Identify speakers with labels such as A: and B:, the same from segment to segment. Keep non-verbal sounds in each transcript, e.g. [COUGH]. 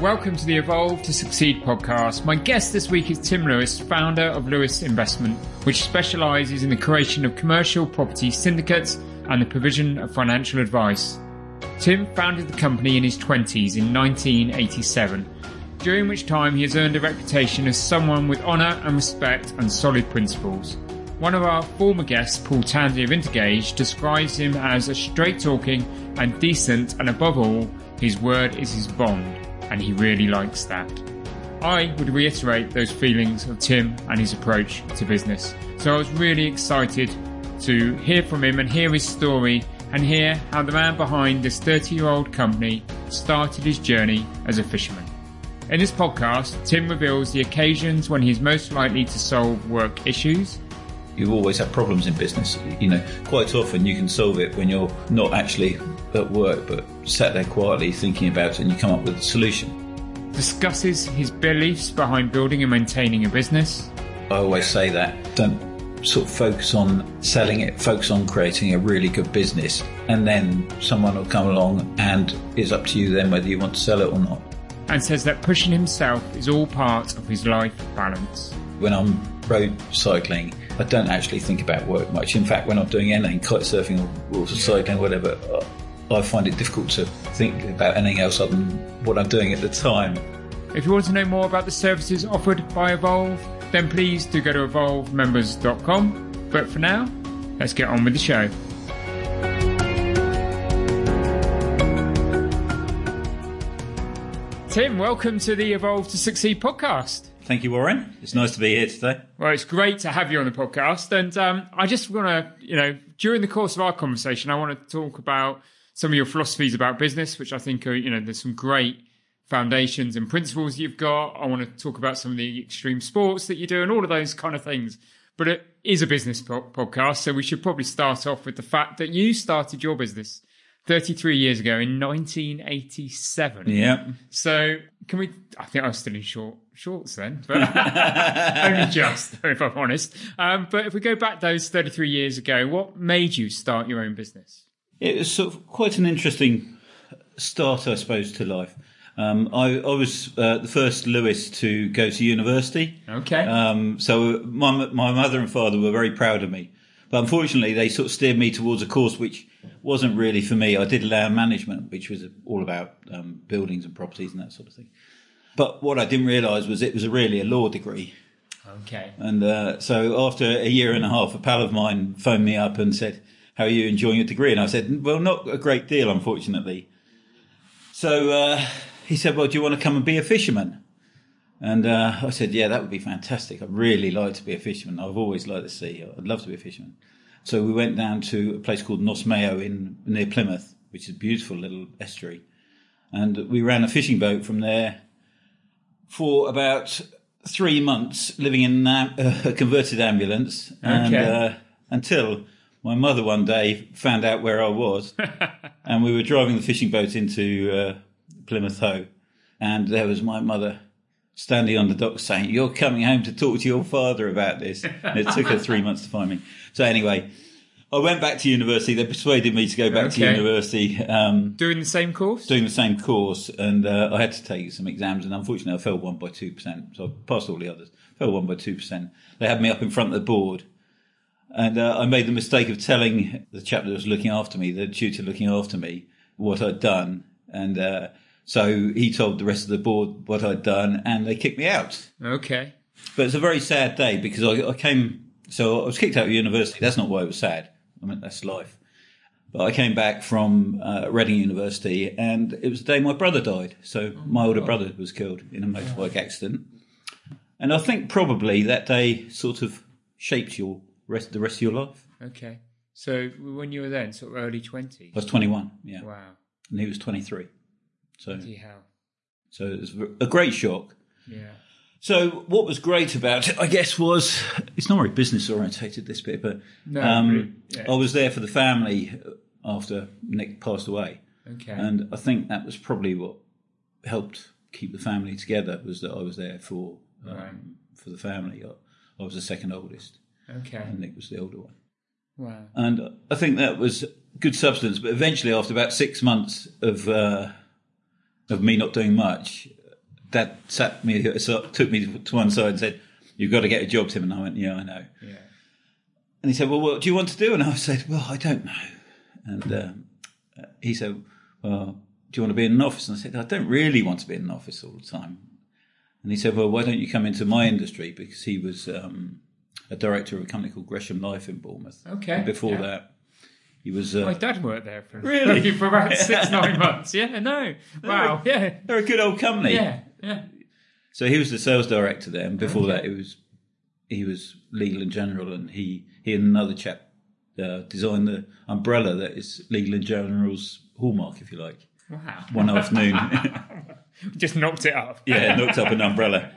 A: Welcome to the Evolve to Succeed podcast. My guest this week is Tim Lewis, founder of Lewis Investment, which specializes in the creation of commercial property syndicates and the provision of financial advice. Tim founded the company in his 20s in 1987, during which time he has earned a reputation as someone with honour and respect and solid principles. One of our former guests, Paul Tandy of Intergage, describes him as a straight talking and decent, and above all, his word is his bond, and he really likes that. I would reiterate those feelings of Tim and his approach to business. So I was really excited to hear from him and hear his story and hear how the man behind this 30 year old company started his journey as a fisherman. In this podcast, Tim reveals the occasions when he's most likely to solve work issues.
B: You always have problems in business. You know, quite often you can solve it when you're not actually at work, but sat there quietly thinking about it and you come up with a solution.
A: Discusses his beliefs behind building and maintaining a business.
B: I always say that. Don't sort of focus on selling it, focus on creating a really good business, and then someone will come along and it's up to you then whether you want to sell it or not.
A: And says that pushing himself is all part of his life balance.
B: When I'm road cycling, I don't actually think about work much. In fact, when I'm doing anything, kite surfing or, or cycling, whatever, I find it difficult to think about anything else other than what I'm doing at the time.
A: If you want to know more about the services offered by Evolve, then please do go to evolvemembers.com. But for now, let's get on with the show. Tim, welcome to the Evolve to Succeed podcast.
B: Thank you, Warren. It's nice to be here today.
A: Well, it's great to have you on the podcast. And um, I just want to, you know, during the course of our conversation, I want to talk about some of your philosophies about business, which I think are, you know, there's some great foundations and principles you've got. I want to talk about some of the extreme sports that you do and all of those kind of things. But it is a business po- podcast, so we should probably start off with the fact that you started your business 33 years ago in 1987.
B: Yeah.
A: So can we? I think I was still in short shorts
B: [LAUGHS]
A: then, but [LAUGHS] only just, if I'm honest. Um, but if we go back those 33 years ago, what made you start your own business?
B: It was sort of quite an interesting start, I suppose, to life. Um, I, I, was uh, the first Lewis to go to university.
A: Okay.
B: Um, so my, my mother and father were very proud of me. But unfortunately, they sort of steered me towards a course which wasn't really for me. I did land management, which was all about um, buildings and properties and that sort of thing. But what I didn't realise was it was really a law degree.
A: Okay.
B: And uh, so after a year and a half, a pal of mine phoned me up and said, How are you enjoying your degree? And I said, Well, not a great deal, unfortunately. So uh, he said, Well, do you want to come and be a fisherman? And uh, I said, Yeah, that would be fantastic. I'd really like to be a fisherman. I've always liked the sea. I'd love to be a fisherman. So we went down to a place called Nosmeo in near Plymouth, which is a beautiful little estuary. And we ran a fishing boat from there for about three months, living in [LAUGHS] a converted ambulance. And,
A: Okay.
B: uh, until my mother one day found out where I was. and we were driving the fishing boat into uh, Plymouth Hoe. And there was my mother standing on the dock saying, You're coming home to talk to your father about this. And it took her three months to find me. So, anyway, I went back to university. They persuaded me to go back to
A: Okay.
B: university, um,
A: Doing the same course?
B: doing the same course. And uh, I had to take some exams. And unfortunately, I failed one by 2%. So, I passed all the others, failed one by 2%. They had me up in front of the board. And uh, I made the mistake of telling the chap that was looking after me, the tutor looking after me, what I'd done. And uh, so he told the rest of the board what I'd done, and they kicked me out.
A: Okay.
B: But it's a very sad day because I, I came, so I was kicked out of university. That's not why it was sad. I mean, that's life. But I came back from uh, Reading University, and it was the day my brother died. So my older brother was killed in a motorbike accident. And I think probably that day sort of shapes your rest, the rest of your life.
A: Okay. So when you were then, sort of early 20s?
B: I was 21, yeah,
A: Wow.
B: and he was 23. So,
A: See how?
B: so it was a great shock.
A: Yeah.
B: So what was great about it, I guess, was it's not very business orientated this bit, but
A: No,
B: um,
A: but it-
B: I was there for the family after Nick passed away,
A: Okay.
B: and I think that was probably what helped keep the family together was that I was there for um,
A: Right.
B: for the family. I, I was the second oldest,
A: Okay.
B: and Nick was the older one,
A: Wow.
B: and I think that was good substance. But eventually, after about six months of uh, of me not doing much, Dad sat me so- took me to one side and said, "You've got to get a job, Tim." And I went, "Yeah, I know."
A: Yeah.
B: And he said, Well, what do you want to do? And I said, Well, I don't know. And um, uh, he said, Well, do you want to be in an office? And I said, I don't really want to be in an office all the time. And he said, Well, why don't you come into my industry? Because he was um, a director of a company called Gresham Life in Bournemouth.
A: Okay,
B: And before
A: yeah.
B: that, he was. Uh,
A: My dad worked there for [LAUGHS]
B: Really?
A: for about
B: [LAUGHS]
A: six nine months. Yeah. No. Wow. Yeah.
B: they're a good old company.
A: Yeah. Yeah.
B: So he was the sales director there, and before that, it was he was legal and general, and he he and another chap uh, designed the umbrella that is legal and general's hallmark, if you like.
A: Wow.
B: One afternoon, [LAUGHS]
A: Just knocked it up.
B: yeah, looked up an umbrella.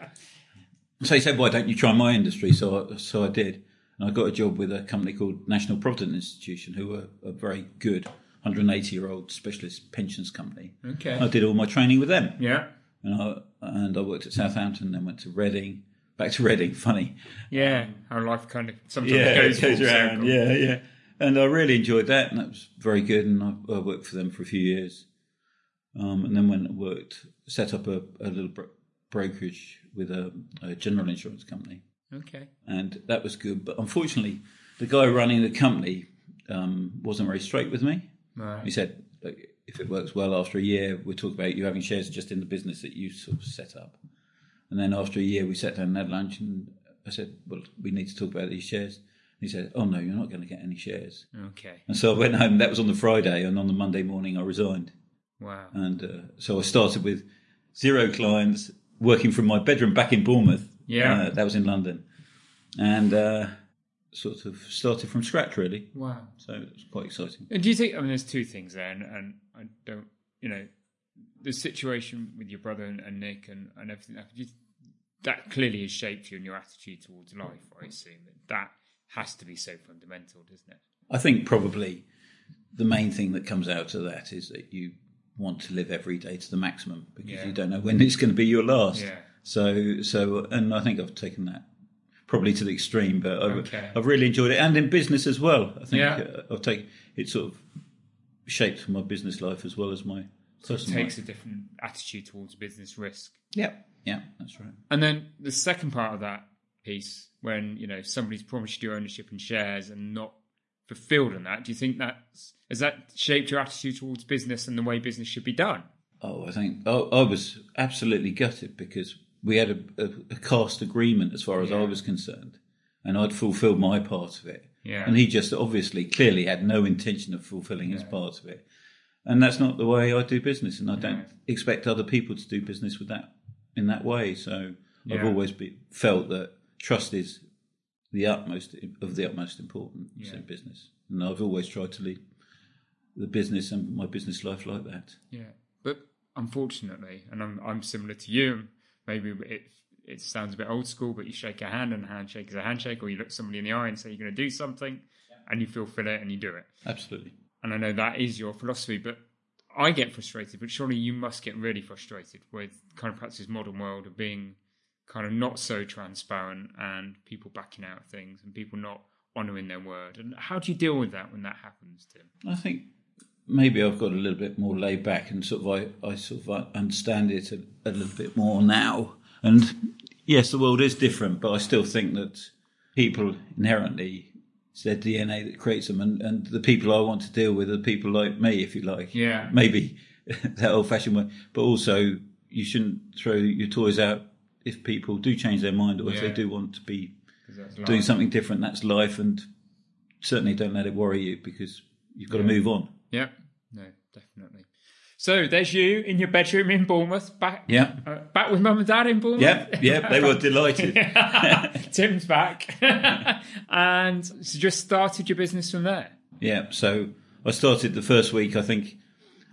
B: So he said, "Why don't you try my industry?" So I, so I did, and I got a job with a company called National Provident Institution, who were a very good 180 year old specialist pensions company.
A: Okay.
B: I did all my training with them.
A: Yeah.
B: and I and I worked at Southampton, then went to Reading, back to Reading. [LAUGHS] Funny,
A: Yeah. How life kind of sometimes
B: Um, it
A: goes, full circle.
B: yeah, yeah. And I really enjoyed that, and that was very good. And I, I worked for them for a few years, um, and then went and worked, set up a, a little bro- brokerage with a, a general insurance company,
A: Okay.
B: and that was good. But unfortunately, the guy running the company um, wasn't very straight with me. He
A: Right.
B: said. Look, if it works well after a year, we'll talk about you having shares just in the business that you sort of set up. And then after a year, we sat down and had lunch, and I said, "Well, we need to talk about these shares." And he said, "Oh no, you're not going to get any shares."
A: Okay.
B: And so I went home. That was on the Friday, and on the Monday morning, I resigned.
A: Wow.
B: And uh, so I started with zero clients, working from my bedroom back in Bournemouth.
A: Yeah.
B: Uh, that was in London, and uh, sort of started from scratch really.
A: Wow.
B: So it was quite exciting.
A: And do you think? I mean, there's two things there, and, and I don't, you know, the situation with your brother and, and Nick and, and everything that, you, that clearly has shaped you and your attitude towards life. I assume that that has to be so fundamental, doesn't it?
B: I think probably the main thing that comes out of that is that you want to live every day to the maximum because
A: Yeah.
B: you don't know when it's going to be your last.
A: Yeah.
B: So, so, and I think I've taken that probably to the extreme, but I've,
A: Okay.
B: I've really enjoyed it, and in business as well. I think
A: Yeah.
B: uh, I've taken it sort of shaped my business life as well as my
A: It
B: personal
A: takes
B: life.
A: a different attitude towards business risk.
B: Yeah, yeah, that's right.
A: And then the second part of that piece, when you know somebody's promised you ownership in shares and not fulfilled on that, do you think that's has that shaped your attitude towards business and the way business should be done?
B: Oh, I think oh, I was absolutely gutted because we had a, a, a cast agreement as far as I was concerned, and I'd fulfilled my part of it.
A: Yeah.
B: And he just obviously, clearly had no intention of fulfilling his part of it. And that's not the way I do business, and I don't expect other people to do business with that in that way. So
A: Yeah.
B: I've always be, felt that trust is the utmost of the utmost importance in business, and I've always tried to lead the business and my business life like that.
A: Yeah, but unfortunately, and I'm I'm similar to you. Maybe it it sounds a bit old school, but you shake a hand and a handshake is a handshake, or you look somebody in the eye and say you're going to do something, and you fulfil it and you do it.
B: Absolutely.
A: And I know that is your philosophy, but I get frustrated. But surely you must get really frustrated with kind of perhaps this modern world of being kind of not so transparent and people backing out of things and people not honouring their word. And how do you deal with that when that happens, Tim?
B: I think maybe I've got a little bit more laid back and sort of I, I sort of understand it a, a little bit more now. And yes, the world is different, but I still think that people inherently it's their DNA that creates them, and, and the people I want to deal with are people like me, if you like.
A: Yeah.
B: Maybe [LAUGHS] that old fashioned way, but also you shouldn't throw your toys out if people do change their mind or if they
A: Yeah.
B: do want to be
A: 'Cause that's
B: doing
A: life.
B: something different. That's life, and certainly don't let it worry you because you've got to move on.
A: Yeah, no, definitely. So there's you in your bedroom in Bournemouth, back
B: Yeah.
A: uh, back with mum and dad in Bournemouth.
B: Yep,
A: [LAUGHS]
B: yep, they were delighted.
A: Tim's back, [LAUGHS] and so just started your business from there.
B: Yeah, so I started the first week. I think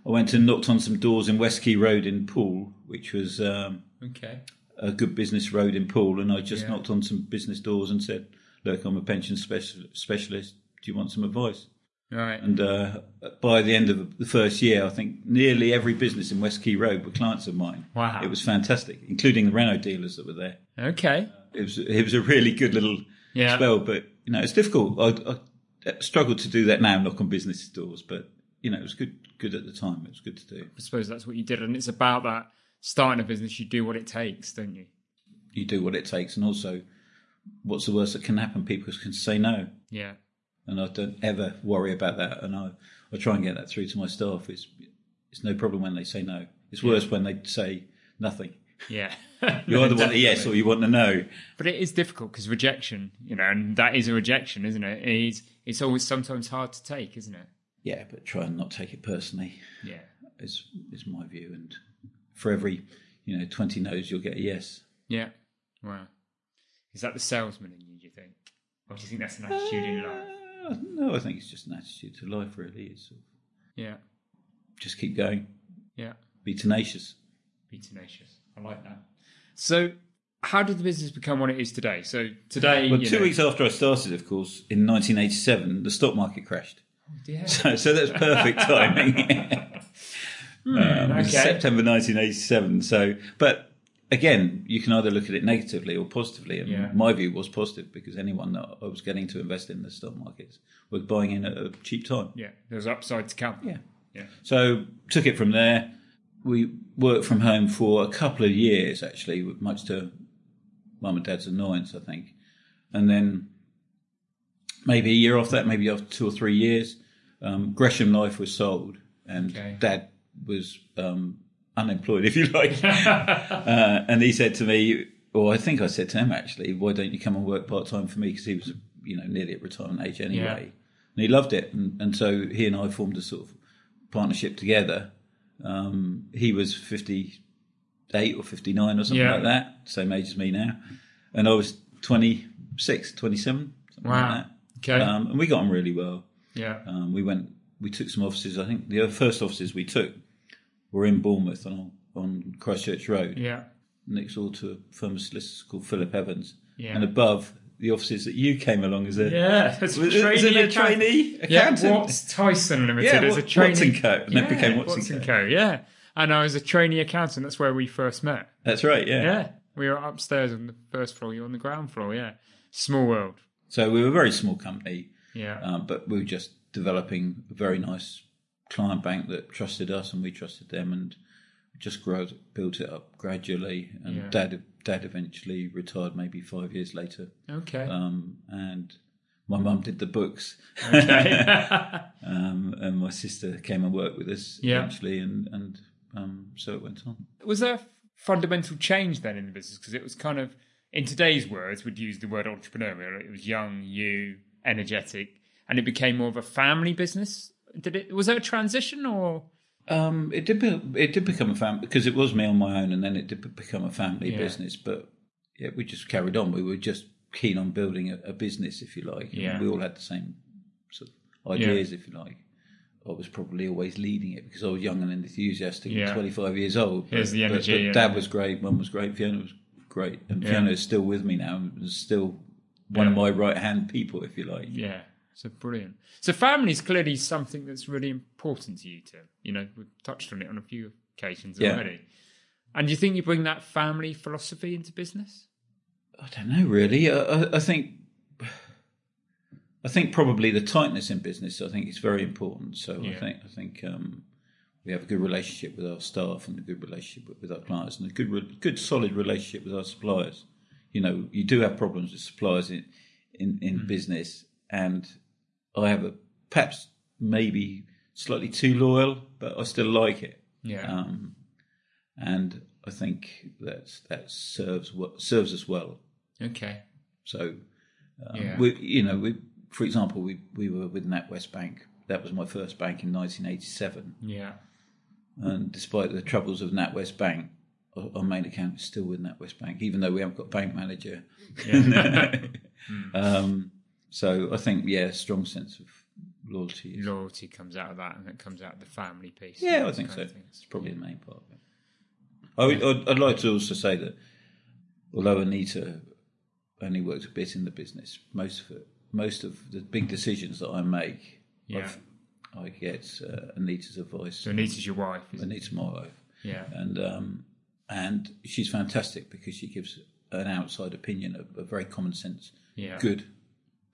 B: I went and knocked on some doors in West Key Road in Poole, which was um,
A: Okay.
B: a good business road in Poole, and I just
A: Yeah.
B: knocked on some business doors and said, "Look, I'm a pension special- specialist. Do you want some advice?"
A: Right.
B: And uh, by the end of the first year, I think nearly every business in West Key Road were clients of mine.
A: Wow.
B: It was fantastic, including the Renault dealers that were there.
A: Okay.
B: It was it was a really good little
A: Yeah.
B: spell, but you know it's difficult. I, I struggle to do that now, knock on business doors, but you know it was good good at the time. It was good to do.
A: I suppose that's what you did, and it's about that starting a business. You do what it takes, don't you?
B: You do what it takes, and also, what's the worst that can happen? People can say no,
A: Yeah.
B: and I don't ever worry about that. And I I try and get that through to my staff. It's it's no problem when they say no. It's worse when they say nothing.
A: Yeah. [LAUGHS]
B: You either want a yes or you want a no.
A: But it is difficult because rejection, you know, and that is a rejection, isn't it? It is. It's always sometimes hard to take, isn't it?
B: Yeah, but try and not take it personally.
A: Yeah.
B: Is is my view. And for every you know twenty no's, you'll get a yes.
A: Yeah. Wow. Is that the salesman in you? Do you think, or do you think that's an attitude in life?
B: Uh, no, I think it's just an attitude to life. Really, it's sort of
A: Yeah.
B: just keep going,
A: Yeah.
B: be tenacious.
A: Be tenacious. I like that. So, how did the business become what it is today? So today,
B: Well,
A: you
B: two
A: know-
B: weeks after I started, of course, in 1987, the stock market crashed. [LAUGHS]
A: Yeah.
B: So, so that's
A: [LAUGHS]
B: perfect timing. Um,
A: Hmm, okay.
B: September 1987. So, but again, you can either look at it negatively or positively. And
A: Yeah.
B: my view was positive because anyone that I was getting to invest in the stock markets was buying in at a cheap time.
A: Yeah. There's upside to come.
B: Yeah.
A: Yeah.
B: So took it from there. We worked from home for a couple of years, actually, much to mum and dad's annoyance, I think. And then maybe a year off that, maybe after two or three years, um, Gresham Life was sold, and
A: Okay.
B: dad was um, unemployed, [LAUGHS] if you like. uh, and he said to me, or I think I said to him actually, why don't you come and work part time for me? Because he was, you know, nearly at retirement age anyway,
A: Yeah.
B: and he loved it. And, and so he and I formed a sort of partnership together. Um, he was fifty-eight or fifty-nine or something
A: Yeah.
B: like that, same age as me now, and I was 26, 27, something like
A: Wow. Okay.
B: that. Um, and we got on really well.
A: yeah.
B: Um, we went, we took some offices. I think the first offices we took were in Bournemouth on on Christchurch Road
A: yeah.
B: next door to a firm of solicitors called Philip Evans,
A: Yeah.
B: and above the offices that you came along as a
A: Yeah. That's
B: was, it- was it a
A: account-
B: trainee
A: Yeah,
B: accountant.
A: Watts Tyson Limited
B: Yeah,
A: as a
B: Wat-
A: trainee.
B: Watson Co. And then became Watson Co.
A: Yeah, and I was a trainee accountant. That's where we first met.
B: That's right, yeah.
A: Yeah, we were upstairs on the first floor. You're on the ground floor. Yeah, small world.
B: So we were a very small company,
A: Yeah,
B: um, but we were just developing a very nice client bank that trusted us and we trusted them, and just grow, built it up gradually. And
A: Yeah.
B: dad, dad eventually retired maybe five years later,
A: okay. [LAUGHS]
B: um, and my mum did the books. [LAUGHS] um, and my sister came and worked with us
A: Yeah.
B: eventually, and and um, so it went on.
A: was there a fundamental change then in the business because it was kind of in today's words would use the word entrepreneurial it was young you energetic and it became more of a family business did it was there a transition or
B: Um, it did be, it did become a family because it was me on my own, and then it did be- become a family
A: Yeah.
B: business. But yeah, we just carried on. We were just keen on building a, a business, if you like. And
A: Yeah.
B: we all had the same sort of ideas, if you like. I was probably always leading it because I was young and enthusiastic.
A: Yeah.
B: and Twenty five years old.
A: Here's
B: But-
A: the
B: but-
A: energy
B: but
A: and-
B: Dad was great. Mum was great. Fiona was great, and
A: Yeah.
B: Fiona is still with me now. And is still one of
A: Yeah.
B: my right hand people, if you like.
A: yeah so brilliant so family is clearly something that's really important to you tim you know we've touched on it on a few occasions
B: Yeah.
A: already and do you think you bring that family philosophy into business
B: I don't know really. I, I, I think I think probably the tightness in business. I think is very important. So I
A: Yeah.
B: think I think um, we have a good relationship with our staff and a good relationship with, with our clients and a good re- good solid relationship with our suppliers. You know, you do have problems with suppliers in in, in business, and I have a perhaps maybe slightly too loyal, but I still like it
A: yeah
B: um, and I think that's that serves wo- serves us well.
A: okay
B: So um,
A: Yeah.
B: we, you know, we for example, we we were with NatWest Bank. That was my first bank in 1987,
A: yeah
B: and despite the troubles of NatWest Bank. o- Our main account is still with NatWest Bank, even though we haven't got bank manager. [LAUGHS] um, so I think, yeah, strong sense of loyalty. is-
A: loyalty comes out of that and it comes out of the family piece
B: Yeah, I
A: Those
B: think
A: kind
B: so.
A: of things.
B: It's probably the main part. Of it. I would, I'd, I'd like to also say that although Anita only worked a bit in the business, most of it, most of the big decisions that I make,
A: Yeah.
B: I've- I get uh, Anita's advice.
A: So Anita's your wife. Isn't it?
B: Anita's my wife,
A: Yeah.
B: and um, and she's fantastic because she gives an outside opinion, a, a very common sense,
A: Yeah.
B: good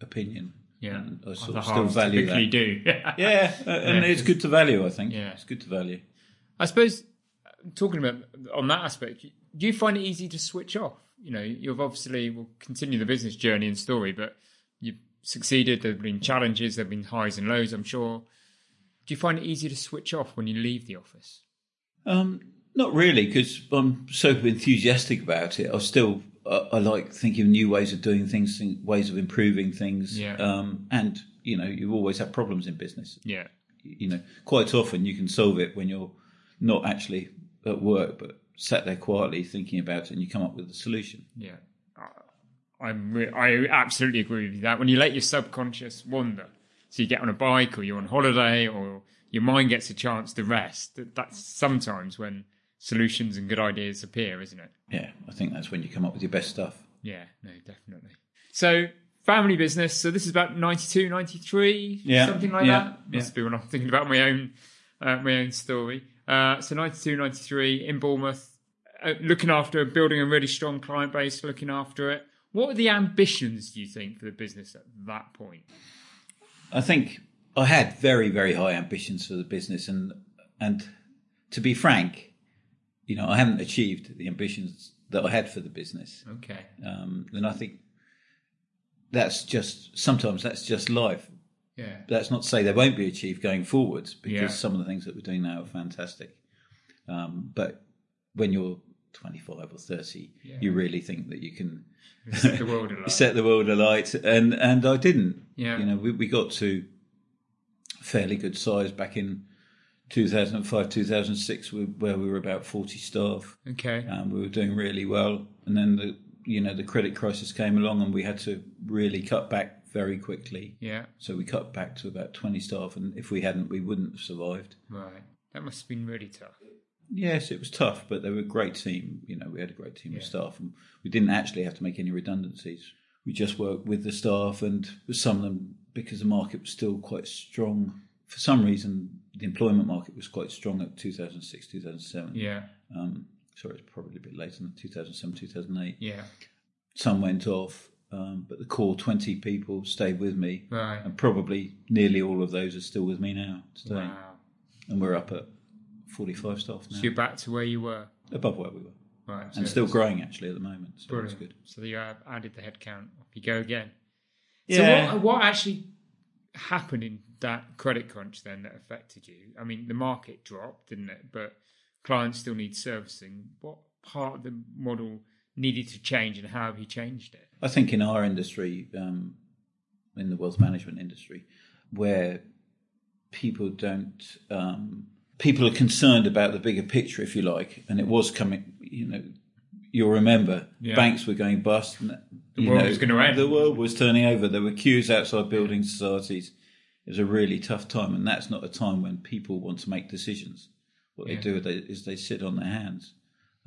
B: opinion.
A: Yeah.
B: and I sort
A: The
B: of still
A: halves
B: value
A: typically
B: that.
A: do. [LAUGHS]
B: Yeah, uh, and it's good to value. I think.
A: Yeah.
B: it's good to value.
A: I suppose uh, talking about on that aspect, do you find it easy to switch off? You know, you've obviously will continue the business journey and story, but you've succeeded. There've been challenges, there've been highs and lows. I'm sure. Do you find it easy to switch off when you leave the office?
B: Um, not really, because I'm so enthusiastic about it. I still I, I like thinking of new ways of doing things, think- ways of improving things.
A: Yeah.
B: Um, and you know, you always have problems in business.
A: Yeah,
B: You know, quite often you can solve it when you're not actually at work, but sat there quietly thinking about it, and you come up with a solution.
A: yeah. I- Uh, I'm re- I absolutely agree with you that when you let your subconscious wander, so you get on a bike or you're on holiday or your mind gets a chance to rest. that- That's sometimes when solutions and good ideas appear, isn't it?
B: Yeah, I think that's when you come up with your best stuff.
A: Yeah, no, definitely. So family business. So this is about 92, 93,
B: Yeah,
A: something like
B: yeah,
A: that.
B: yeah.
A: Must be when I'm thinking about my own uh, my own story. Uh, so 92, 93 in Bournemouth, uh, looking after building a really strong client base, looking after it. What were the ambitions, do you think, for the business at that point?
B: I think I had very, very high ambitions for the business, and and to be frank, you know, I haven't achieved the ambitions that I had for the business.
A: Okay.
B: Um, and I think that's just sometimes that's just life.
A: Yeah.
B: That's not to say they won't be achieved going forwards, because
A: Yeah.
B: some of the things that we're doing now are fantastic. Um, but when you're 25 or 30, you really think that you can
A: The world
B: [LAUGHS]
A: alive.
B: set the world alight, and and I didn't.
A: Yeah.
B: you know, we, we got to fairly good size back in 2005, 2006, we- where we were about 40 staff,
A: Okay.
B: and we were doing really well. And then the you know the credit crisis came along, and we had to really cut back very quickly.
A: Yeah.
B: So we cut back to about 20 staff, and if we hadn't, we wouldn't have survived.
A: Right. That must have been really tough.
B: Yes, it was tough, but they were a great team. You know, we had a great team of staff, and we didn't actually have to make any redundancies. We just worked with the staff, and some of them because the market was still quite strong. For some reason, the employment market was quite strong at 2006, 2007.
A: Yeah.
B: Um, sorry, it's probably a bit later than 2007, 2008.
A: Yeah.
B: Some went off, um, but the core 20 people stayed with me,
A: Right.
B: and probably nearly all of those are still with me now today.
A: Wow.
B: And we're up at 45 staff now,
A: So you're back to where you were.
B: above where we were
A: Right.
B: and
A: so-
B: still growing actually at the moment. So that's
A: Brilliant.
B: good.
A: So you have added the headcount. Off you go again.
B: Yeah.
A: So what, what actually happened in that credit crunch then that affected you? I mean, the market dropped, didn't it? But clients still need servicing. What part of the model needed to change, and how have you changed it?
B: I think in our industry, um, in the wealth management industry, where people don't, um, people are concerned about the bigger picture, if you like, and it was coming. You know, you'll remember
A: Yeah.
B: banks were going bust. And, the
A: world was gonna end.
B: The world was turning over. There were queues outside building societies. It was a really tough time, and that's not a time when people want to make decisions. What they do they, is they sit on their hands,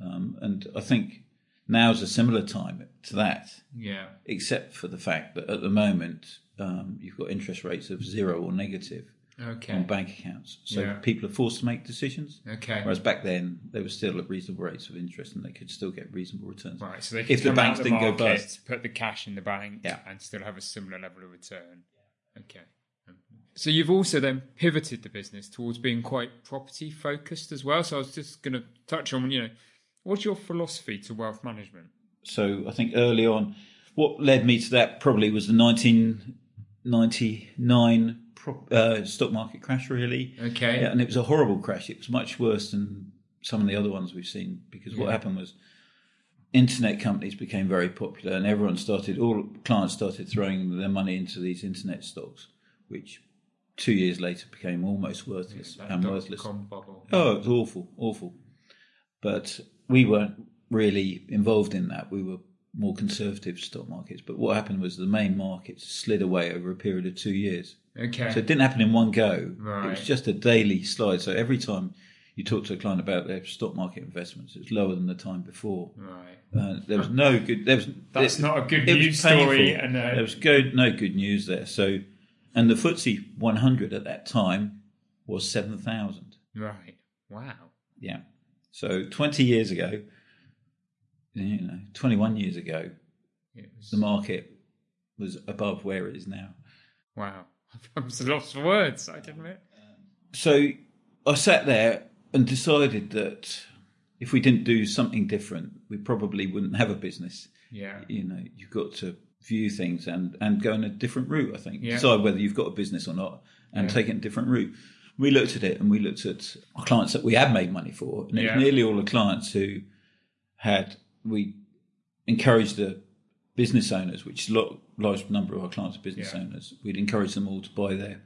B: um, and I think now's a similar time to that
A: Yeah.
B: except for the fact that at the moment um, you've got interest rates of zero or negative on
A: Okay.
B: bank accounts. So
A: Yeah.
B: people are forced to make decisions.
A: Okay.
B: Whereas back then, they were still at reasonable rates of interest and they could still get reasonable returns.
A: Right. So they could
B: if the
A: come out
B: banks
A: of
B: didn't go
A: market,
B: bust.
A: put the cash in the bank,
B: Yeah.
A: and still have a similar level of return. Okay. So you've also then pivoted the business towards being quite property focused as well. So I was just going to touch on, you know, what's your philosophy to wealth management?
B: So I think early on, what led me to that probably was the 1999 pro- uh, stock market crash, really.
A: Okay.
B: Yeah, and it was a horrible crash. It was much worse than some of the other ones we've seen because what happened was internet companies became very popular and everyone started, all clients started throwing their money into these internet stocks, which two years later became almost worthless
A: That
B: and
A: dot
B: worthless.
A: com bubble.
B: Oh, it was awful, awful. But we weren't really involved in that. We were more conservative stock markets. But what happened was the main markets slid away over a period of two years.
A: Okay.
B: So it didn't happen in one go. It
A: Right.
B: was just a daily slide. So every time you talk to a client about their stock market investments, it's lower than the time before.
A: Right.
B: Uh, there was no good. There was,
A: That's
B: it-
A: not a good
B: it was
A: news story.
B: painful.
A: And uh,
B: there was good, no good news there. So, and the FTSE 100 at that time was 7,000.
A: right. Wow.
B: Yeah. So 20 years ago, you know, 21 years ago,
A: It was,
B: the market was above where it is now.
A: wow. [LAUGHS] I was lost for words. I admit.
B: So I sat there and decided that if we didn't do something different, we probably wouldn't have a business.
A: Yeah.
B: you know you've got to view things and and go in a different route i think
A: Yeah.
B: decide whether you've got a business or not and take it a different route we looked at it and we looked at our clients that we had made money for and it
A: Yeah.
B: was nearly all the clients who had we encouraged the business owners which is a lot, large number of our clients are business
A: Yeah.
B: owners we'd encourage them all to buy their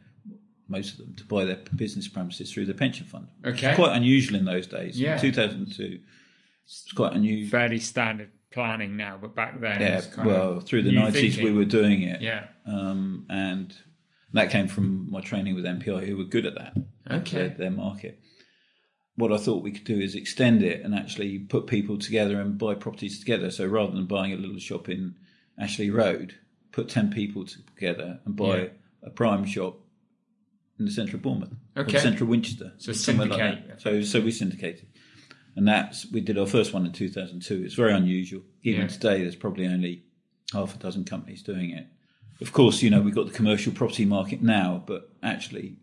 B: most of them to buy their business premises through the pension fund
A: Okay.
B: quite unusual in those days
A: Yeah.
B: 2002 it's quite unusual
A: Fairly standard planning now, but back then it
B: yeah,
A: was kind
B: well,
A: of
B: through the
A: new
B: nineties we
A: thinking.
B: were doing it,
A: Yeah.
B: um, and that came from my training with MPI, who were good at that.
A: Okay.
B: their, their market. What I thought we could do is extend it and actually put people together and buy properties together. So rather than buying a little shop in Ashley Road, put ten people together and buy
A: Yeah.
B: a prime shop in the centre of Bournemouth, or
A: Okay.
B: central Winchester,
A: So
B: somewhere like
A: syndicate.
B: that. So so we syndicated, and that's we did our first one in two thousand two. It's very unusual. Even
A: Yeah.
B: today, there's probably only half a dozen companies doing it. Of course, you know we've got the commercial property market now, but actually,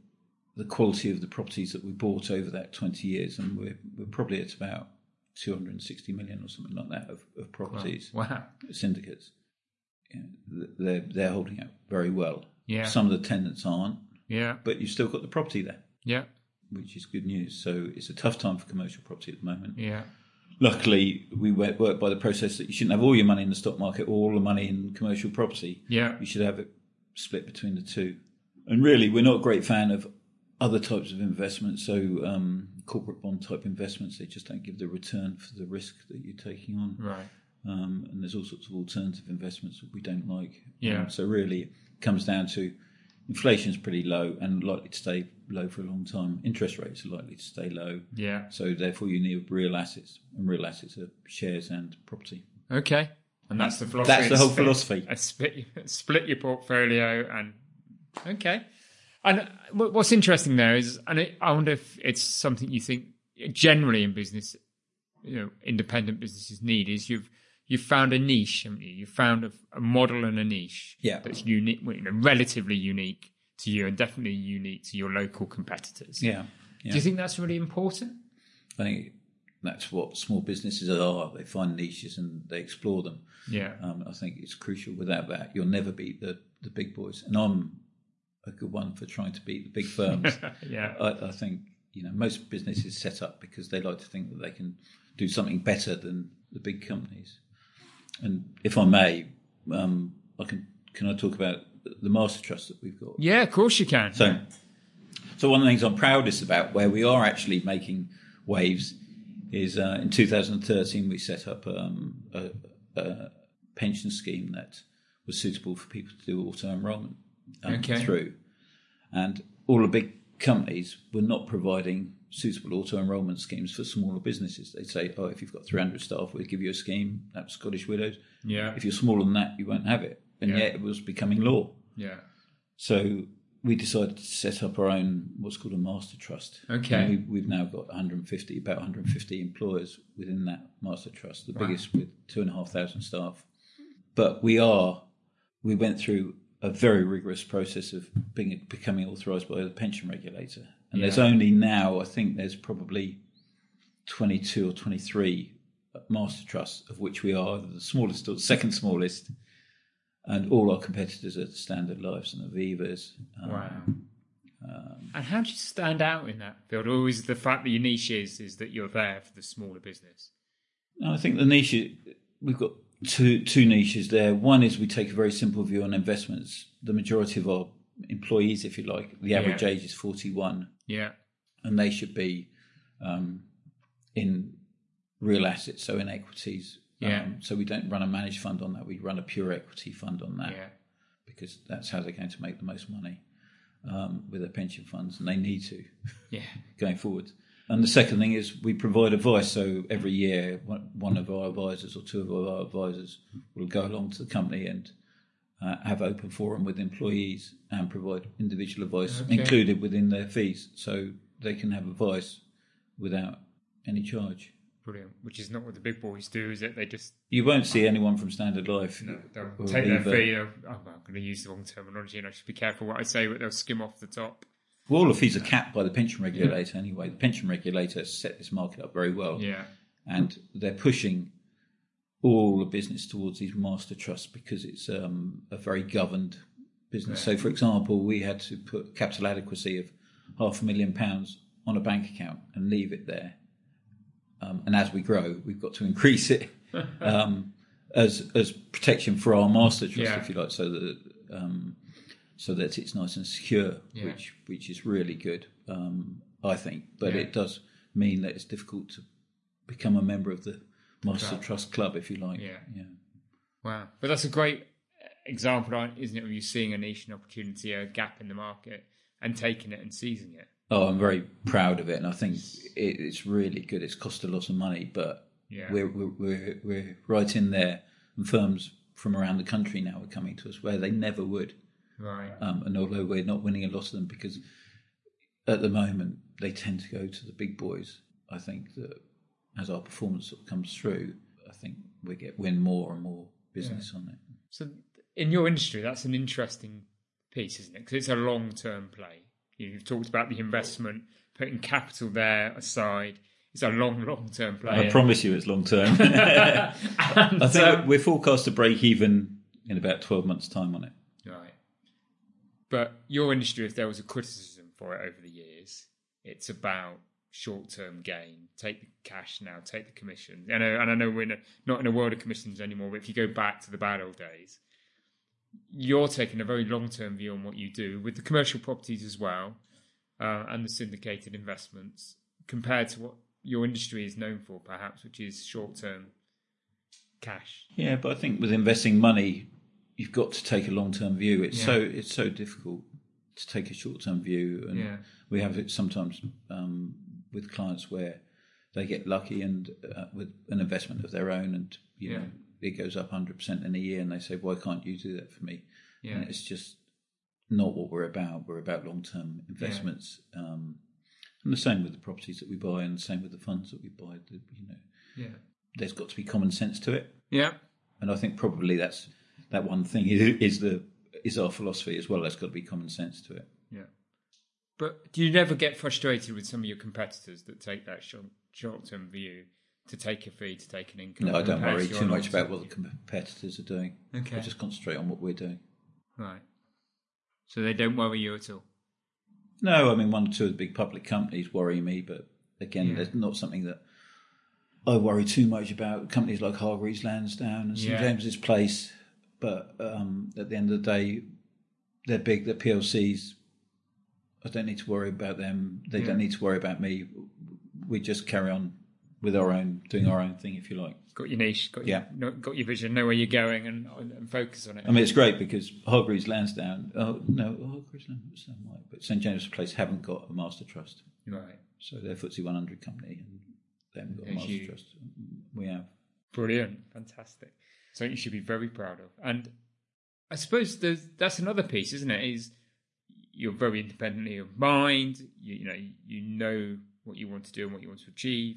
B: the quality of the properties that we bought over that twenty years, and we're we're probably at about two hundred and sixty million or something like that of, of properties
A: Wow.
B: syndicates. You know, th- they're they're holding up very well.
A: Yeah.
B: Some of the tenants aren't,
A: Yeah.
B: but you've still got the property there,
A: Yeah.
B: which is good news. So it's a tough time for commercial property at the moment.
A: Yeah.
B: Luckily, we work, work by the process that you shouldn't have all your money in the stock market or all the money in commercial property.
A: Yeah.
B: You should have it split between the two. And really, we're not a great fan of other types of investments. So um, corporate bond type investments, they just don't give the return for the risk that you're taking on.
A: Right.
B: Um, and there's all sorts of alternative investments that we don't like.
A: Yeah.
B: Um, so really, it comes down to inflation's pretty low and likely to stay low for a long time. Interest rates are likely to stay low.
A: Yeah.
B: So therefore, you need real assets, and real assets are shares and property.
A: Okay. And that's the philosophy.
B: That's the whole
A: Split-
B: philosophy.
A: uh, Split, split your portfolio and okay. And uh, what- what's interesting there is, and it, I wonder if it's something you think generally in business, you know, independent businesses need is you've you've found a niche, haven't you? You've found a, a model and a niche
B: Yeah.
A: that's unique, well, you know, relatively unique to you, and definitely unique to your local competitors.
B: Yeah.
A: Do you think that's really important?
B: I think that's what small businesses are. They find niches and they explore them.
A: Yeah.
B: Um, I think it's crucial. Without that, you'll never beat the, the big boys. And I'm a good one for trying to beat the big firms.
A: yeah.
B: I, I think you know most businesses set up because they like to think that they can do something better than the big companies. And if I may, um, I can can I talk about the master trust that we've got?
A: yeah. Of course you can.
B: So, so one of the things I'm proudest about, where we are actually making waves, is uh, in 2013 we set up um, a, a pension scheme that was suitable for people to do auto enrolment um,
A: Okay.
B: through, and all the big companies were not providing suitable auto enrolment schemes for smaller businesses. They'd say, "Oh, if you've got 300 staff, we'll give you a scheme." That's Scottish Widows.
A: yeah.
B: If you're smaller than that, you won't have it. And
A: Yeah.
B: yet, it was becoming law.
A: Yeah.
B: So we decided to set up our own what's called a master trust.
A: Okay.
B: And we, we've now got 150, about 150 employers within that master trust, the biggest with two and a half thousand staff. But we are, we went through a very rigorous process of being becoming authorised by the pension regulator, and there's only now I think there's probably 22 or 23 master trusts of which we are the smallest or second smallest. And all our competitors are Standard Lives and Avivas. Um,
A: Wow. and how do you stand out in that field? Or is the fact that your niche is is that you're there for the smaller business?
B: No, I think the niche we've got two two niches there. One is we take a very simple view on investments. The majority of our employees, if you like, the average
A: Yeah.
B: age is forty one,
A: Yeah.
B: and they should be um, in real assets, so in equities.
A: Yeah.
B: Um, so we don't run a managed fund on that. We run a pure equity fund on that
A: Yeah.
B: because that's how they're going to make the most money um, with their pension funds, and they need to
A: Yeah.
B: going forward. And the second thing is we provide advice. So every year, one one of our advisors or two of our advisors will go along to the company and uh, have open forum with employees and provide individual advice
A: Okay.
B: included within their fees, so they can have advice without any charge.
A: Brilliant. Which is not what the big boys do, is it? They just
B: You won't see anyone from Standard Life.
A: no, they'll
B: Or
A: take their
B: either.
A: fee. They'll, oh, I'm going to use the wrong terminology, and I should be careful what I say, but they'll skim off the top.
B: Well, all the fees are capped by the pension regulator anyway. The pension regulator has set this market up very well.
A: Yeah.
B: and they're pushing all the business towards these master trusts because it's um, a very governed business. So, for example, we had to put capital adequacy of half a million pounds on a bank account and leave it there. Um, and as we grow, we've got to [LAUGHS] increase it um, as as protection for our master trust,
A: Yeah.
B: if you like, so that um, so that it's nice and secure,
A: Yeah.
B: which which is really good, um, I think. But
A: Yeah.
B: it does mean that it's difficult to become a member of the Master Trust Club, if you like.
A: Yeah.
B: yeah.
A: Wow. But that's a great example, aren't- isn't it? Of you seeing a niche and opportunity, a gap in the market, and taking it and seizing it.
B: Oh, I'm very proud of it, and I think it, it's really good. It's cost a lot of money, but
A: Yeah.
B: we're, we're we're we're right in there. And firms from around the country now are coming to us where they never would.
A: Right.
B: Um, and although we're not winning a lot of them, because at the moment they tend to go to the big boys, I think that as our performance sort of comes through, I think we get win more and more business on it.
A: So, in your industry, that's an interesting piece, isn't it? Because it's a long term play. You've talked about the investment, putting capital there aside. It's a long, long term play. [LAUGHS]
B: I promise you, it's long term. I think we're forecast to break even in about twelve months' time on it.
A: Right. But your industry, if there was a criticism for it over the years, it's about short term gain. Take the cash now, take the commission. And I, and I know we're in a, not in a world of commissions anymore, but if you go back to the bad old days, you're taking a very long term view on what you do with the commercial properties as well uh, and the syndicated investments compared to what your industry is known for, perhaps, which is short term cash.
B: Yeah, but I think with investing money, you've got to take a long-term view. It's
A: Yeah.
B: so it's so difficult to take a short-term view, and
A: Yeah.
B: we have it sometimes um, with clients where they get lucky and uh, with an investment of their own, and you
A: Yeah.
B: know it goes up hundred percent in a year, and they say, "Why can't you do that for me?"
A: Yeah.
B: And it's just not what we're about. We're about long-term investments. Um, and the same with the properties that we buy, and the same with the funds that we buy. The, you know,
A: Yeah.
B: there's got to be common sense to it
A: Yeah.
B: and I think probably that's that one thing [LAUGHS] is, is the is our philosophy as well. That's got to be common sense to it.
A: Yeah. But do you never get frustrated with some of your competitors that take that short short term view to take a fee, to take an income?
B: No, I don't
A: compared
B: worry
A: to your
B: too much
A: long-term
B: about what the competitors are doing.
A: Okay.
B: I just concentrate on what we're doing.
A: view? Right. So they don't worry you at all?
B: No, I mean one or two of the big public companies worry me, but again,
A: Yeah.
B: that's not something that I worry too much about. Companies like Hargreaves Lansdown and St
A: Yeah.
B: James's Place, but um, at the end of the day, they're big. They're PLCs. I don't need to worry about them. They don't need to worry about me. We just carry on with our own, doing our own thing, if you like.
A: Got your niche, got
B: Yeah.
A: your, no, got your vision, know where you're going and, and focus on it.
B: I mean, it's great because Hargreaves Lansdown. Oh no, Hargreaves Lansdown might, but St James's Place haven't got a master trust.
A: right.
B: So they're FTSE 100 company, and they haven't got a
A: Thank
B: master
A: you.
B: trust. We have.
A: Brilliant. Fantastic. Something you should be very proud of. And I suppose there's, that's another piece, isn't it? Is you're very independently of mind. You, you know, you know what you want to do and what you want to achieve.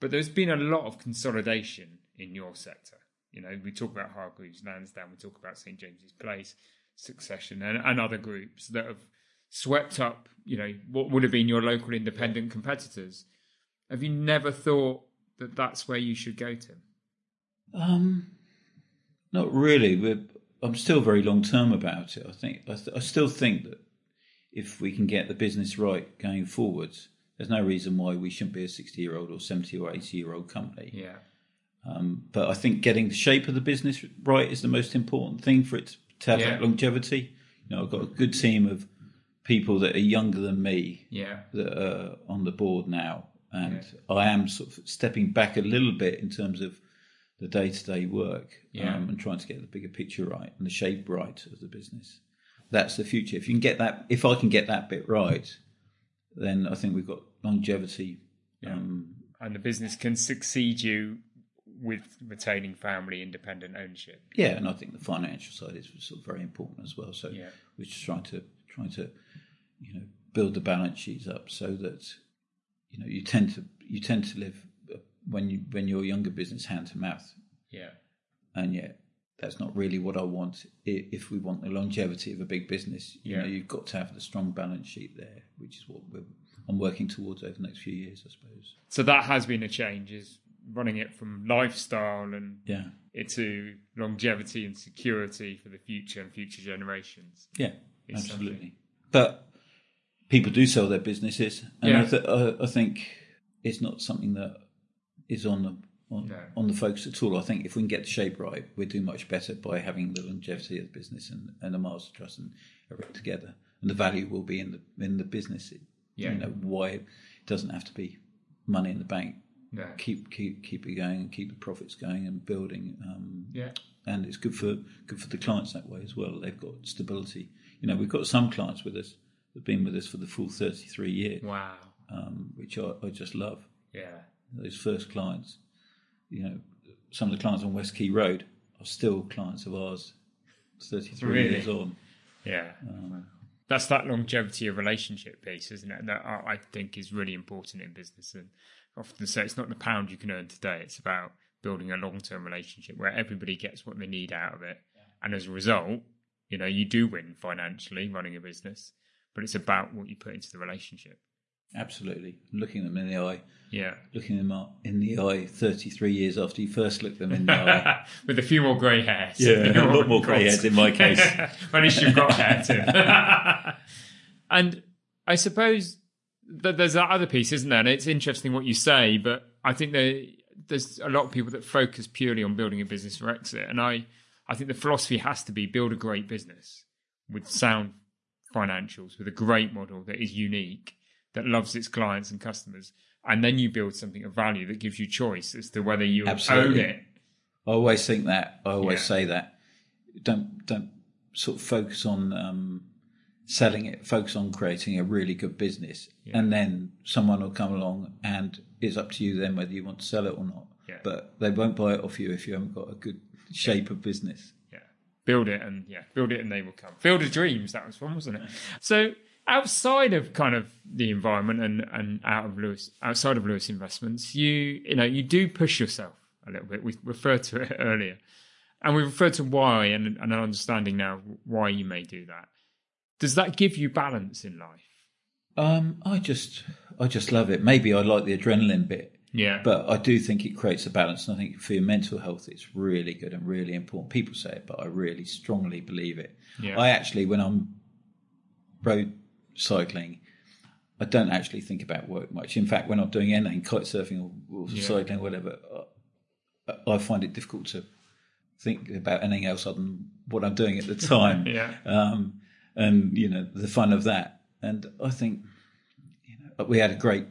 A: But there's been a lot of consolidation in your sector. You know, we talk about Hargreaves Lansdown, we talk about St James's Place, Succession, and, and other groups that have swept up. You know, what would have been your local independent competitors. Have you never thought that that's where you should go to?
B: Um, not really. We're, I'm still very long term about it. I think I, th- I still think that if we can get the business right going forwards, there's no reason why we shouldn't be a 60 year old or 70 or 80 year old company.
A: Yeah,
B: Um, but I think getting the shape of the business right is the most important thing for it to have
A: Yeah.
B: that longevity. You know, I've got a good team of people that are younger than me
A: yeah,
B: that are on the board now, and I am sort of stepping back a little bit in terms of the day to day work
A: Yeah.
B: um, and trying to get the bigger picture right and the shape right of the business. That's the future. If you can get that, if I can get that bit right, then I think we've got longevity
A: Yeah.
B: Um,
A: and the business can succeed you with retaining family independent ownership.
B: yeah, and I think the financial side is sort of very important as well. So
A: Yeah.
B: we're just trying to trying to you know build the balance sheets up so that you know you tend to you tend to live uh, when you when you're younger business hand to mouth
A: Yeah.
B: and yet that's not really what I want. I- If we want the longevity of a big business, you
A: Yeah.
B: know, you've got to have the strong balance sheet there, which is what we're, I'm working towards over the next few years, I suppose.
A: So that has been a change is running it from lifestyle and
B: Yeah,
A: it to longevity and security for the future and future generations.
B: yeah,
A: It's
B: absolutely.
A: something.
B: But people do sell their businesses, and I,
A: Yeah.
B: th- I, I think it's not something that is on the on,
A: No.
B: on the focus at all. I think if we can get the shape right, we do much better by having the longevity of the business and, and the master trust and everything together, and the value will be in the in the business.
A: Yeah.
B: you know why it doesn't have to be money in the bank.
A: No.
B: Keep keep keep it going and keep the profits going and building. Um,
A: Yeah.
B: and it's good for good for the clients that way as well. They've got stability. You know, we've got some clients with us that've been with us for the full 33 years,
A: Wow.
B: um, which I, I just love.
A: Yeah.
B: Those first clients, you know, some of the clients on West Key Road are still clients of ours, 33
A: Really?
B: years on.
A: Yeah.
B: Um,
A: That's that longevity of relationship piece, isn't it? That I I think is really important in business. And I often say it's not the pound you can earn today, it's about building a long term relationship where everybody gets what they need out of it. And as a result, you know, you do win financially running a business, but it's about what you put into the relationship.
B: Absolutely, looking them in the eye,
A: Yeah. [LAUGHS]
B: looking them up in the eye 33 years after you first looked them in the eye.
A: With a few more grey hairs. [LAUGHS]
B: Yeah,
A: A few
B: a lot more grey hairs in my
A: [LAUGHS]
B: case.
A: At least you've got hair too. [LAUGHS] and I suppose that there's that other piece, isn't there? And it's interesting what you say, but I think there, there's a lot of people that focus purely on building a business for exit. And I, I think the philosophy has to be build a great business with sound financials, with a great model that is unique, that loves its clients and customers. And then you build something of value that gives you choice as to whether you
B: Absolutely.
A: own it
B: I always think that. I always
A: Yeah.
B: say that. Don't don't sort of focus on um, selling it. Focus on creating a really good business, and then someone will come along, and it's up to you then whether you want to sell it or not.
A: Yeah.
B: But they won't buy it off you if you haven't got a good shape of business.
A: yeah, build it and yeah, build it and they will come. Field of Dreams, that was one, wasn't it? So outside of kind of the environment and and out of Lewis, outside of Lewis Investments, you you know you do push yourself a little bit. We referred to it [LAUGHS] earlier, and we referred to why and, and an understanding now of why you may do that. Does that give you balance in life?
B: Um, I just I just love it. Maybe I like the adrenaline bit.
A: Yeah,
B: But I do think it creates a balance, and I think for your mental health, it's really good and really important. People say it, but I really strongly believe it.
A: Yeah.
B: I actually, when I'm road cycling, I don't actually think about work much. In fact, when I'm doing anything, kite surfing or, or cycling, whatever, I- I find it difficult to think about anything else other than what I'm doing at the time
A: yeah, [LAUGHS]
B: um, and you know the fun of that. And I think you know we had a great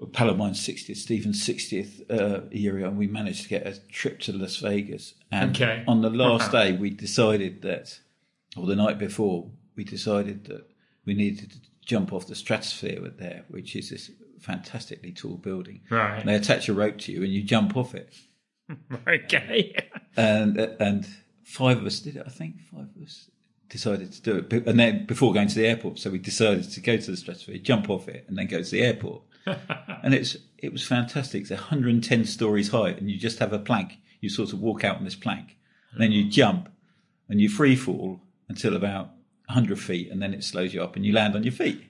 B: a pal of mine's 60th, Stephen's 60th uh, year ago, and we managed to get a trip to Las Vegas. And
A: Okay. Uh-huh.
B: on the last day, we decided that, or the night before, we decided that we needed to jump off the stratosphere there, which is this fantastically tall building.
A: Right.
B: They attach a rope to you and you jump off it
A: okay,
B: and and five of us did it. I think five of us decided to do it, But- and then before going to the airport, so we decided to go to the stratosphere, jump off it, and then go to the airport. and it's it was fantastic. It's 110 stories high, and you just have a plank. You sort of walk out on this plank, and then you jump, and you free fall until about 100 feet, and then it slows you up, and you land on
A: [LAUGHS]
B: your feet.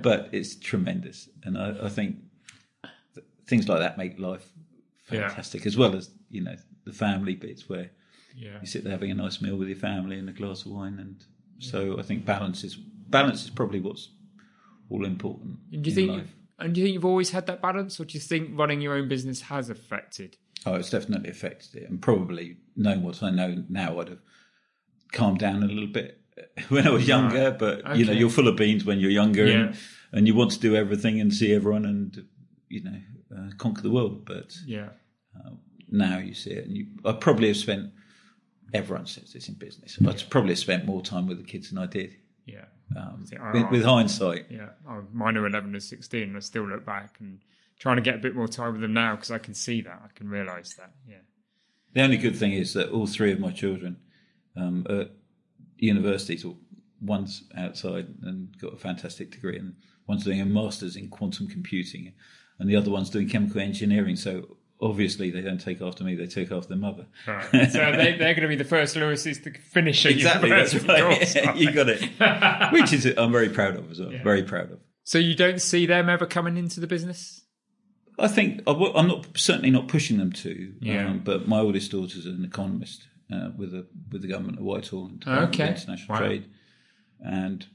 B: But it's tremendous, and I, I think th- things like that make life
A: Yeah.
B: fantastic, as well as you know the family bits where
A: yeah,
B: you sit there having a nice meal with your family and a glass of wine, and so I think balance is balance is probably what's all important.
A: [LAUGHS] And do you
B: in
A: think
B: life.
A: you've, and do you think you've always had that balance, or do you think running your own business has affected?
B: Oh, it's definitely affected it, and probably knowing what I know now, I'd have calmed down a little bit [LAUGHS] when I was younger. But you know,
A: Okay.
B: you're full of beans when you're younger,
A: Yeah.
B: and, and you want to do everything and see everyone, and you know, uh, conquer the world. But
A: Yeah,
B: now you see it, and you, I probably have spent. Everyone says this in business. I'd probably have spent more time with the kids than I did.
A: Yeah.
B: um,
A: See, I-
B: with, with hindsight.
A: Yeah, oh, mine are 11 and 16, and I still look back and trying to get a bit more time with them now because I can see that, I can realise that. Yeah,
B: The only good thing is that all three of my children um, are at universities, or one's outside and got a fantastic degree, and one's doing a master's in quantum computing, and the other one's doing chemical engineering. So obviously, they don't take after me; they take after their mother.
A: Right.
B: [LAUGHS]
A: so they, they're going to be the first Lewises to finish at
B: Exactly, that's
A: university.
B: right.
A: course, aren't
B: [LAUGHS] you
A: they?
B: got it. Which is, I'm very proud of as well. Very proud of.
A: So you don't see them ever coming into the business?
B: I think I w- I'm not certainly not pushing them to.
A: Yeah.
B: Um, but my oldest daughter's an economist uh, with the with the government of Whitehall and Department of
A: Okay.
B: international
A: Wow.
B: trade, and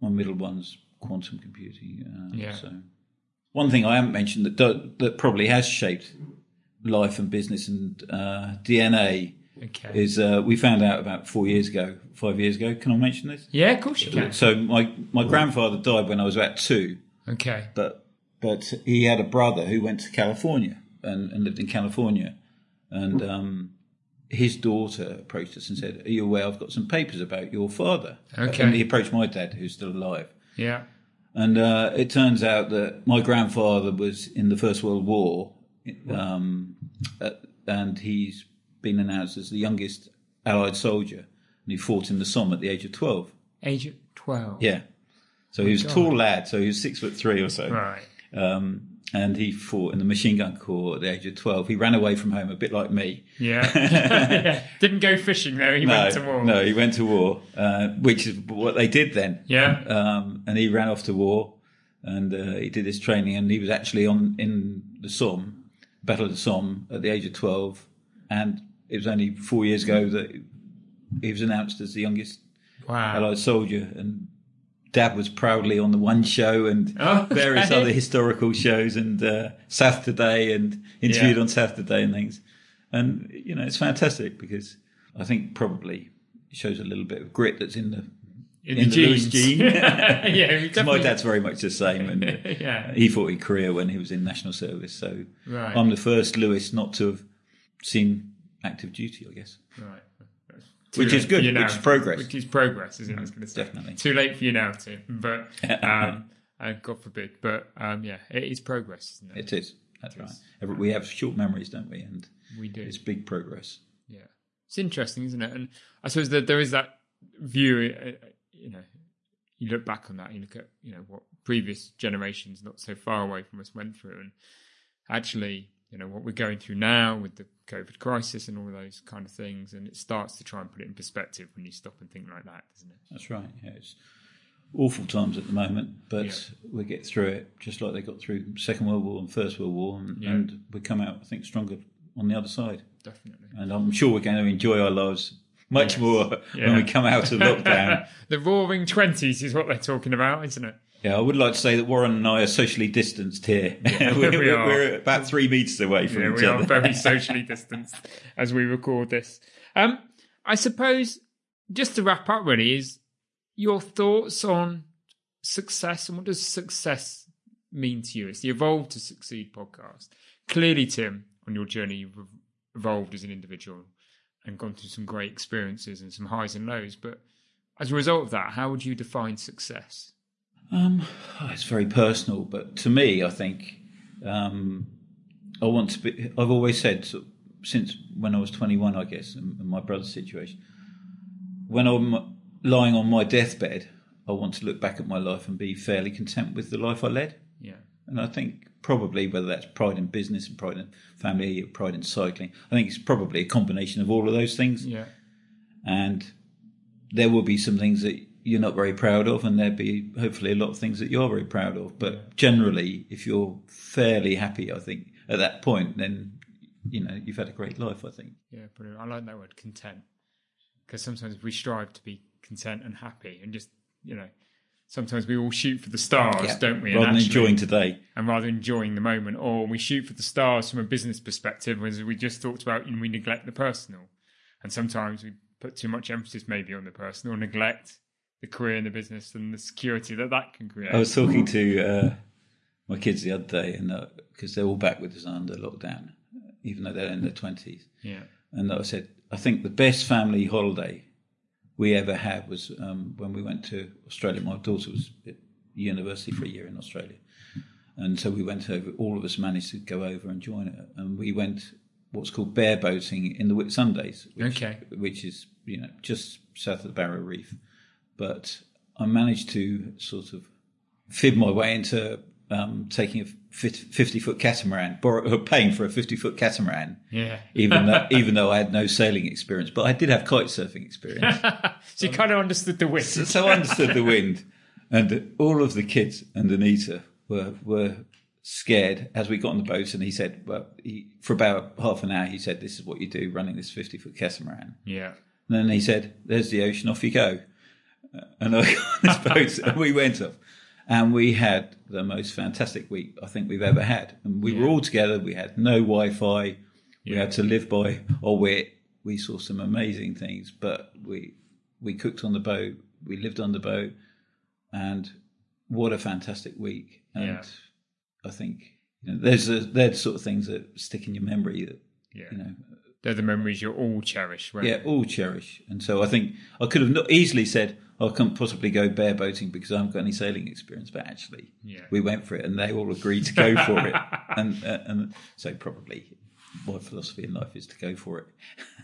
B: my middle one's quantum computing. Uh,
A: Yeah.
B: So one thing I haven't mentioned that do- that probably has shaped life and business and uh, DNA
A: Okay.
B: is uh, we found out about four years ago, five years ago. Can I mention this?
A: yeah, of course you can.
B: So my my grandfather died when I was about two
A: Okay.
B: but but he had a brother who went to California and, and lived in California, and
A: Hmm.
B: um, his daughter approached us and said, "Are you aware? I've got some papers about your father."
A: Okay.
B: And he approached my dad, who's still alive,
A: Yeah.
B: and uh, it turns out that my grandfather was in the First World War, um, uh, and he's been announced as the youngest Allied soldier, and he fought in the Somme at the age of twelve.
A: Age of 12.
B: Yeah. So he was a tall lad, so he was six foot three or so [LAUGHS]
A: Right.
B: um, and he fought in the machine gun corps at the age of 12. He ran away from home a bit like me.
A: Yeah. [LAUGHS] Yeah. Didn't go fishing though, he
B: No,
A: went to war.
B: no, he went to war, uh, which is what they did then.
A: Yeah.
B: Um, and he ran off to war and uh, he did his training and he was actually on in the Somme, Battle of the Somme at the age of 12. And it was only four years ago that he was announced as the youngest
A: Wow.
B: Allied soldier and Dad was proudly on the One Show and
A: [LAUGHS] Oh, okay.
B: various other historical shows and uh, South Today and interviewed
A: Yeah.
B: on South Today and things. And you know, it's fantastic because I think probably it shows a little bit of grit that's in the
A: In,
B: in
A: the
B: the Lewis
A: genes.
B: gene.
A: [LAUGHS] yeah, we definitely.
B: my dad's very much the same, and uh,
A: [LAUGHS] Yeah.
B: he fought in Korea when he was in national service. So
A: Right.
B: I'm the first Lewis not to have seen active duty, I guess.
A: Right.
B: Which
A: Too
B: is
A: late
B: good,
A: for you
B: which
A: now.
B: is progress.
A: Which is progress, isn't it? I was going to say.
B: Definitely.
A: Too late for you now, Tim. But
B: [LAUGHS]
A: um, uh, God forbid. But um, yeah, it is progress, isn't it?
B: It is. That's right. Every- We have short memories, don't we? And
A: We do.
B: it's big progress.
A: Yeah, it's interesting, isn't it? And I suppose that there is that view, uh, you know, you look back on that, you look at you know what previous generations, not so far away from us, went through, and actually, you know, what we're going through now with the COVID crisis and all of those kind of things, and it starts to try and put it in perspective when you stop and think like that, doesn't it?
B: That's right. Yeah, it's awful times at the moment, but we get through it just like they got through Second World War and First World War, and,
A: Yeah.
B: and we come out, I think, stronger on the other side.
A: Definitely.
B: And I'm sure we're going to enjoy our lives much more [LAUGHS]
A: Yeah.
B: when we come out of
A: [LAUGHS]
B: lockdown.
A: the Roaring Twenties is what they're talking about, isn't it?
B: yeah, I would like to say that Warren and I are socially distanced here. [LAUGHS] we're,
A: we
B: we're-
A: are.
B: we're about three meters away from
A: Yeah,
B: each
A: we
B: other.
A: are very socially distanced as we record this. Um, I suppose just to wrap up, really, is your thoughts on success and what does success mean to you? It's the Evolve to Succeed podcast. Clearly, Tim, on your journey, you've ev- evolved as an individual and gone through some great experiences and some highs and lows. But as a result of that, how would you define success?
B: Um, oh, it's very personal, but to me, I think um, I want to be. I've always said sort of, since when I was 21, I guess, and and my brother's situation. When I'm lying on my deathbed, I want to look back at my life and be fairly content with the life I led.
A: Yeah,
B: And I think probably whether that's pride in business and pride in family, or pride in cycling, I think it's probably a combination of all of those things
A: yeah,
B: and there will be some things that you're not very proud of, and there'll be hopefully a lot of things that you're very proud of. But generally, if you're fairly happy, I think at that point, then you know you've had a great life. I think
A: yeah. Brilliant. I like that word, content. because sometimes we strive to be content and happy and just you know sometimes we all shoot for the stars don't we And
B: Rather than
A: actually-
B: enjoying today,
A: and rather enjoying the moment or we shoot for the stars from a business perspective as we just talked about and we neglect the personal and sometimes we put too much emphasis maybe on the personal neglect the career and the business and the security that that can create
B: I was talking to uh, my kids the other day, and because they're all back with us under lockdown, even though they're in their twenties,
A: yeah
B: and I said, I think the best family holiday we ever had was um, when we went to Australia. My daughter was at university for a year in Australia, and so we went over. All of us managed to go over and join it, and we went what's called bear boating in the Whitsundays, which,
A: Okay.
B: which is you know just south of the Barrier Reef. But I managed to sort of fib my way into um, taking a fifty foot catamaran, borrow, [LAUGHS] paying for a fifty foot catamaran
A: Yeah.
B: even though, [LAUGHS] even though I had no sailing experience, but I did have kite surfing experience,
A: So you kind of understood the wind.
B: so I understood the wind. And all of the kids and Anita were were scared as we got on the boat. And he said, "Well, he, for about half an hour, he said, this is what you do running this fifty foot catamaran."
A: Yeah.
B: And then he said, "There's the ocean. Off you go." Uh, And [LAUGHS] I got on this boat, and we went off, and we had the most fantastic week I think we've ever had. And we were all together. We had no Wi-Fi. We had to live by, or we we saw some amazing things. But we we cooked on the boat. We lived on the boat, and what a fantastic week! And
A: Yeah.
B: I think you know, there's a, there's sort of things that stick in your memory that
A: Yeah.
B: you know
A: They're the memories you'll all cherish. Right?
B: yeah, all cherish. And so I think I could have not easily said, "Oh, I can't possibly go bear boating because I haven't got any sailing experience. But actually,
A: Yeah.
B: we went for it and they all agreed to go for it. And, uh, and so probably my philosophy in life is to go for it.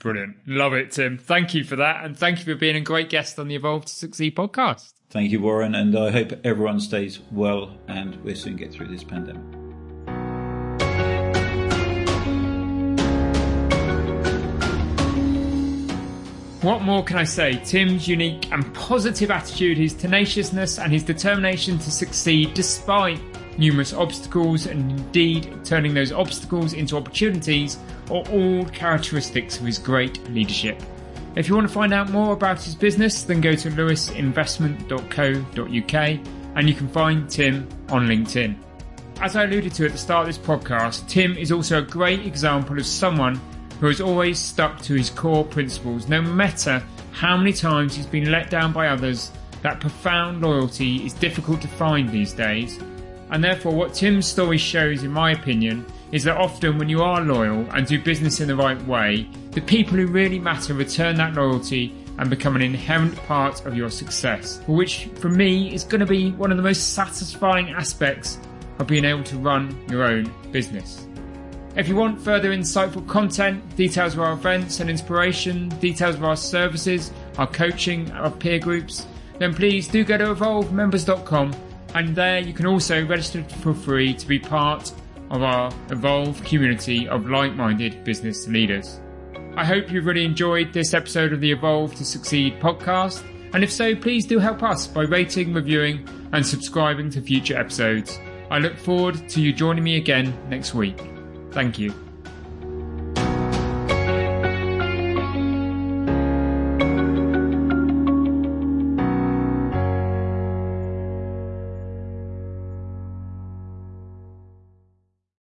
A: Brilliant. Love it, Tim. Thank you for that. And thank you for being a great guest on the Evolve to Succeed podcast.
B: Thank you, Warren. And I hope everyone stays well and we'll soon get through this pandemic.
A: What more can I say? Tim's unique and positive attitude, his tenaciousness, and his determination to succeed despite numerous obstacles, and indeed turning those obstacles into opportunities, are all characteristics of his great leadership. If you want to find out more about his business, then go to lewisinvestment.co.uk and you can find Tim on LinkedIn. As I alluded to at the start of this podcast, Tim is also a great example of someone who has always stuck to his core principles, no matter how many times he's been let down by others. That profound loyalty is difficult to find these days, and therefore, what Tim's story shows, in my opinion, is that often when you are loyal and do business in the right way, the people who really matter return that loyalty and become an inherent part of your success, which for me is going to be one of the most satisfying aspects of being able to run your own business. If you want further insightful content, details of our events and inspiration, details of our services, our coaching, our peer groups, then please do go to evolvemembers.com and there you can also register for free to be part of our Evolve community of like-minded business leaders. I hope you've really enjoyed this episode of the Evolve to Succeed podcast. And if so, please do help us by rating, reviewing, and subscribing to future episodes. I look forward to you joining me again next week. Thank you.